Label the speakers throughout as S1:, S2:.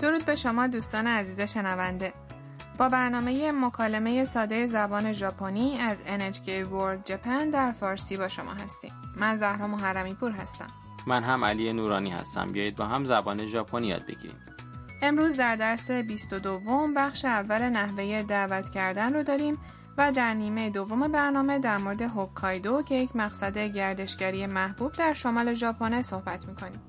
S1: درود به شما دوستان عزیز شنونده با برنامه مکالمه ساده زبان ژاپنی از NHK World Japan در فارسی با شما هستیم من زهرا محرمی پور هستم
S2: من هم علی نورانی هستم بیایید با هم زبان ژاپنی یاد بگیریم
S1: امروز در درس 22 بخش اول نحوه دعوت کردن رو داریم و در نیمه دوم برنامه در مورد هوکایدو که یک مقصد گردشگری محبوب در شمال ژاپن صحبت میکنیم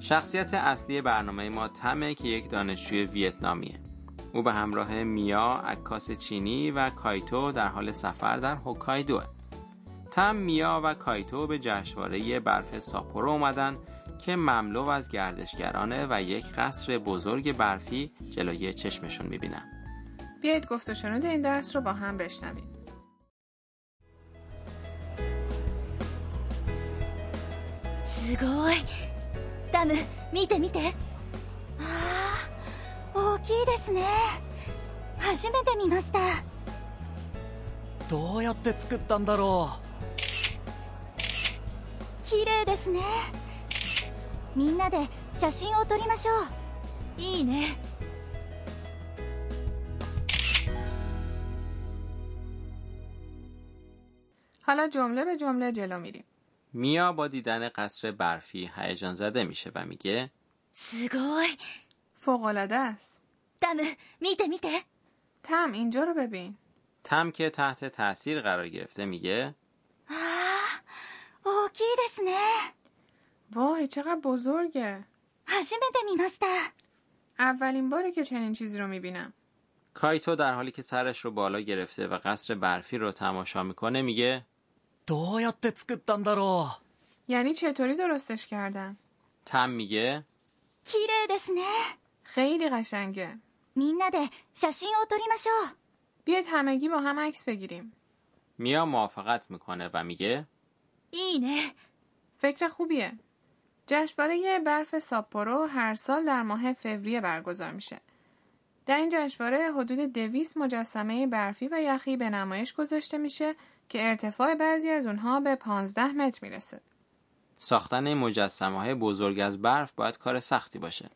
S2: شخصیت اصلی برنامه ما تمه که یک دانشجوی ویتنامیه او به همراه میا عکاس چینی و کایتو در حال سفر در هوکایدوه تم میا و کایتو به جشنواره برف ساپورو اومدن که مملو از گردشگرانه و یک قصر بزرگ برفی جلوی چشمشون میبینن
S1: بیایید گفت و شنود این درس رو با هم بشنویم
S3: すごいダム見て見てああ大きいですね初めて見ました
S4: どうやって作ったんだろ
S3: 綺麗ですねみんなで写真を撮りましょういいね
S1: 「حالا جمله به جمله جلو میریم
S2: میا با دیدن قصر برفی هیجان زده میشه و میگه
S3: すごい
S1: فوقالعاده است
S3: ダム見て見て
S1: تم اینجا رو ببین
S2: تم که تحت تاثیر قرار گرفته میگه
S3: 大きいですね
S1: وای چقدر بزرگه
S3: 初めて見ました
S1: اولین باره که چنین چیزی رو میبینم
S2: کایتو در حالی که سرش رو بالا گرفته و قصر برفی رو تماشا میکنه میگه
S4: うどうやって作ったんだろ
S1: یعنی چطوری درستش کردن
S2: تم میگه
S3: 綺麗ですね
S1: خیلی قشنگه
S3: みんなで写真を撮りましょう
S1: بیاید همگی با هم عکس بگیریم
S2: میا موافقت میکنه و میگه
S3: いいね
S1: فکر خوبیه جشنواره برف ساپورو هر سال در ماه فوریه برگزار میشه در این جشنواره حدود دویست مجسمه برفی و یخی به نمایش گذاشته میشه که ارتفاع بعضی از اونها به 15 متر میرسه
S2: ساختن این مجسمه های بزرگ از برف باید کار سختی باشه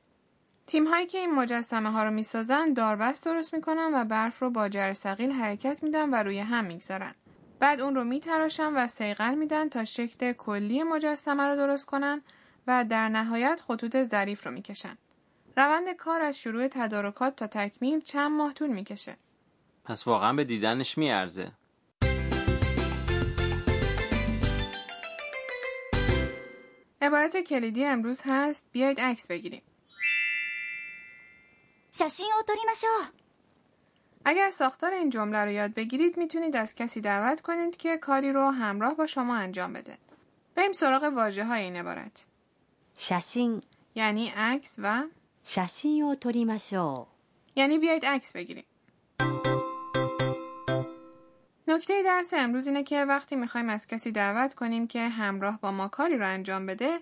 S1: تیم هایی که این مجسمه ها رو میسازن داربست درست میکنن و برف رو با جرثقیل حرکت میدن و روی هم میگذارن. بعد اون رو میتراشن و سیغل میدن تا شکل کلی مجسمه رو درست کنن و در نهایت خطوط ظریف رو میکشن. روند کار از شروع تدارکات تا تکمیل چند ماه طول میکشه.
S2: پس واقعا به دیدنش میارزه
S1: عبارت کلیدی امروز هست بیاید عکس بگیریم.
S3: 写真を撮りましょう
S1: اگر ساختار این جمله رو یاد بگیرید میتونید از کسی دعوت کنید که کاری رو همراه با شما انجام بده. بریم سراغ واژه های این عبارت.
S5: 写真
S1: یعنی عکس و
S5: 写真を撮りましょ
S1: یعنی بیایید عکس بگیریم. نکته درس امروز اینه که وقتی میخوایم از کسی دعوت کنیم که همراه با ما کاری رو انجام بده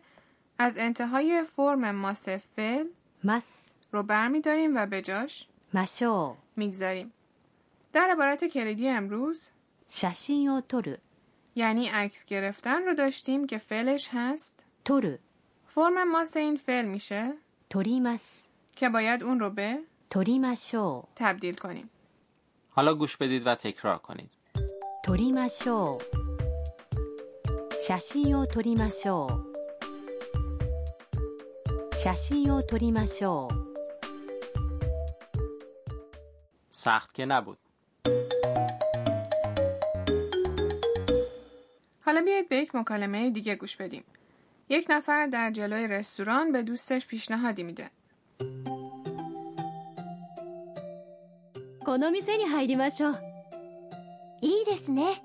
S1: از انتهای فرم ماس فعل
S5: うます。
S1: رو برمیداریم و به جاش
S5: ましょ
S1: میگذاریم. در عبارت کلیدی امروز
S5: う写真を撮る
S1: یعنی عکس گرفتن رو داشتیم که فعلش هست
S5: 撮る
S1: فرم ماس این فعل میشه
S5: 撮ります
S1: که باید اون رو به
S5: 撮りましょ
S1: تبدیل کنیم.
S2: حالا گوش بدید و تکرار کنید
S5: う撮りましょう写真を撮りましょう写真を撮りましょう
S2: سخت که نبود
S1: حالا بیایید به یک مکالمه دیگه گوش بدیم. یک نفر در جلوی رستوران به دوستش پیشنهادی میده.
S3: この店に入りましょういいですね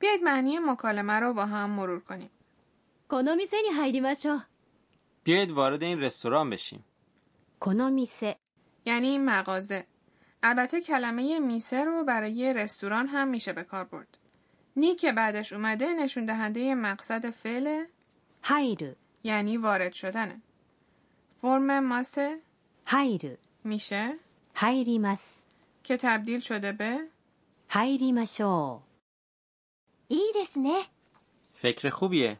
S1: بیایید معنی مکالمه رو با هم مرور کنیم.
S3: この店に入りましょう
S2: بیایید وارد این رستوران بشیم
S5: この店
S1: یعنی این مغازه. البته کلمه میسه رو برای رستوران هم میشه به کار برد. نی که بعدش اومده نشون دهنده مقصد فعل
S5: 入る
S1: یعنی وارد شدنه. فرم ماسه
S5: 入る
S1: میشه
S5: 入ります
S1: که تبدیل شده به
S5: 入りましょう
S3: いいですね
S2: فکر خوبیه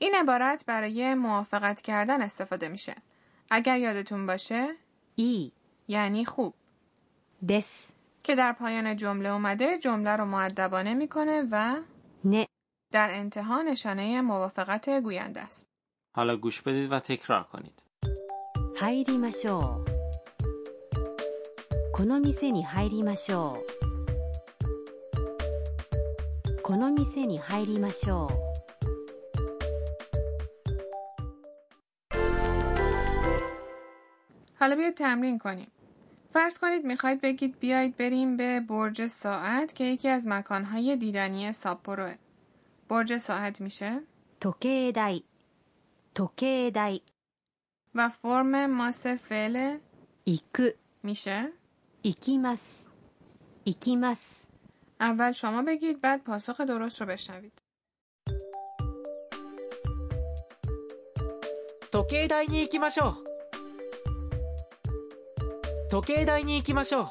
S1: این عبارت برای موافقت کردن استفاده میشه. اگر یادتون باشه
S5: いい
S1: یعنی خوب
S5: です。
S1: که در پایان جمله اومده جمله رو معدبانه میکنه و
S5: ね。
S1: در انتها نشانه موافقت گوینده است.
S2: حالا گوش بدید و تکرار کنید.
S5: 入りましょう。この店に入りましょう。この店に入りましょう。
S1: حالا بیاید تمرین کنیم. فرض کنید میخواید بگید بیایید بریم به برج ساعت که یکی از مکانهای دیدنی ساپوروه. برج ساعت میشه
S5: 時計台時計台
S1: و فرم ماس فعل
S5: 行く
S1: میشه
S5: 行きます行きます
S1: اول شما بگید بعد پاسخ درست رو بشنوید.
S4: 時計台に行きましょう時計台に行きましょう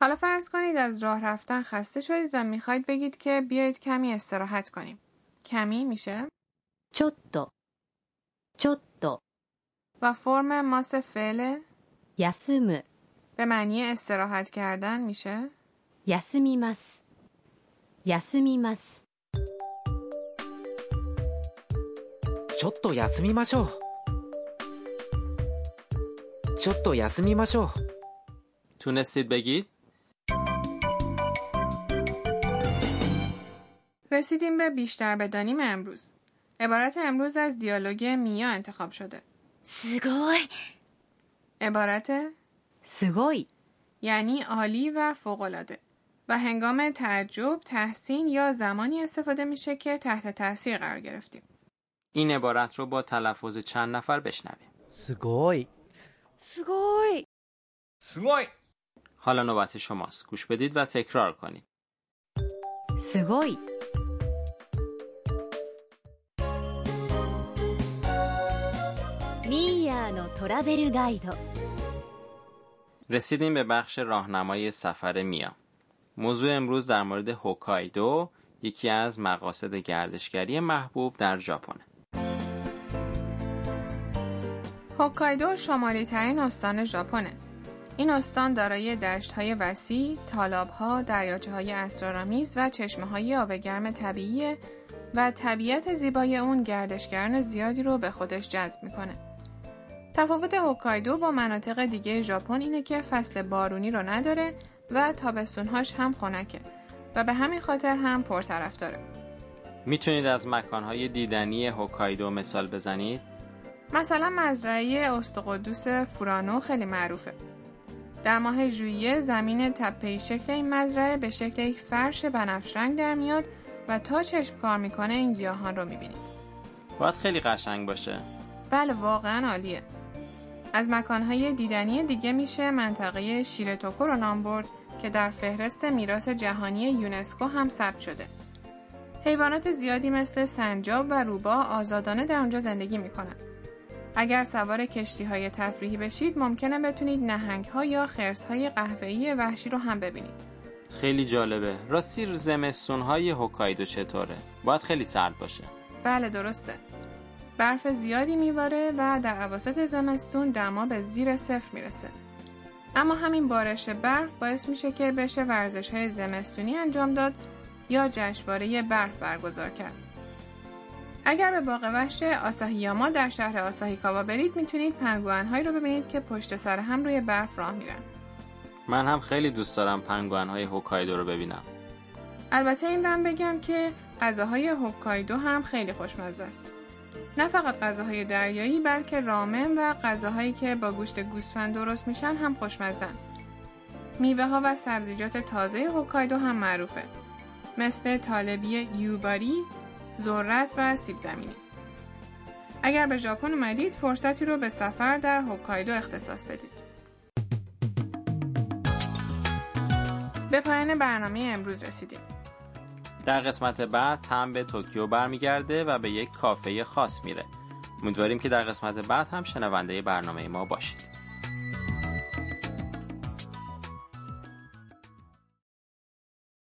S1: حالا فرض کنید از راه رفتن خسته شدید و میخواید بگید که بیایید کمی استراحت کنیم. کمی میشه
S5: ちょっとちょっと
S1: و فرم ماس فعل
S5: 休む
S1: به معنی استراحت کردن میشه
S5: 休みます休みます
S4: ちょっと休みましょうちょっと休みましょう
S2: تونستید بگید؟
S1: رسیدیم به بیشتر بدانیم امروز. عبارت امروز از دیالوگ میا انتخاب شده.
S3: すごい
S1: عبارت
S5: すごい
S1: یعنی عالی و فوق‌العاده و هنگام تعجب، تحسین یا زمانی استفاده میشه که تحت تاثیر قرار گرفتیم.
S2: این عبارت رو با تلفظ چند نفر بشنویم.
S6: すごい
S3: すごい
S2: حالا نوبت شماست. گوش بدید و تکرار کنید.
S5: すごい
S3: ミーヤーのトラベルガイド
S2: رسیدیم به بخش راهنمای سفر میا. موضوع امروز در مورد هوکایدو، یکی از مقاصد گردشگری محبوب در ژاپن.
S1: هوکایدو شمالی ترین استان ژاپنه. این استان دارای دشت های وسیع، تالاب ها، دریاچه های اسرارآمیز و چشمه های آب گرم طبیعیه و طبیعت زیبای اون گردشگران زیادی رو به خودش جذب میکنه. تفاوت هوکایدو با مناطق دیگه ژاپن اینه که فصل بارونی رو نداره و تابستونهاش هم خنکه و به همین خاطر هم پرطرفداره.
S2: میتونید از مکانهای دیدنی هوکایدو مثال بزنید؟
S1: مثلا مزرعه استقدوس فورانو خیلی معروفه. در ماه ژوئیه زمین تپه‌ای شکل این مزرعه به شکل یک فرش بنفشرنگ در میاد و تا چشم کار میکنه این گیاهان رو میبینید.
S2: باید خیلی قشنگ باشه.
S1: بله واقعا عالیه. از مکانهای دیدنی دیگه میشه منطقه شیرتوکو رو نام برد که در فهرست میراث جهانی یونسکو هم ثبت شده. حیوانات زیادی مثل سنجاب و روبا آزادانه در اونجا زندگی میکنن. اگر سوار کشتی های تفریحی بشید ممکنه بتونید نهنگ ها یا خرس های قهوه‌ای وحشی رو هم ببینید.
S2: خیلی جالبه. راستی زمستون های هوکایدو چطوره؟ باید خیلی سرد باشه.
S1: بله درسته. برف زیادی میباره و در اواسط زمستون دما به زیر صفر میرسه. اما همین بارش برف باعث میشه که بشه ورزش های زمستونی انجام داد یا جشنواره برف برگزار کرد. اگر به باغ وحش آساهیاما در شهر آساهیکاوا برید میتونید پنگوئن‌هایی رو ببینید که پشت سر هم روی برف راه میرن.
S2: من هم خیلی دوست دارم پنگوئن های هوکایدو رو ببینم.
S1: البته این رم بگم که غذاهای هوکایدو هم خیلی خوشمزه است. نه فقط غذاهای دریایی بلکه رامن و غذاهایی که با گوشت گوسفند درست میشن هم خوشمزن. میوه ها و سبزیجات تازه هوکایدو هم معروفه. مثل طالبی یوباری، ذرت و سیب زمینی. اگر به ژاپن اومدید فرصتی رو به سفر در هوکایدو اختصاص بدید. به پایان برنامه امروز رسیدیم.
S2: در قسمت بعد تم به توکیو برمیگرده و به یک کافه خاص میره. امیدواریم که در قسمت بعد هم شنونده برنامه ما باشید.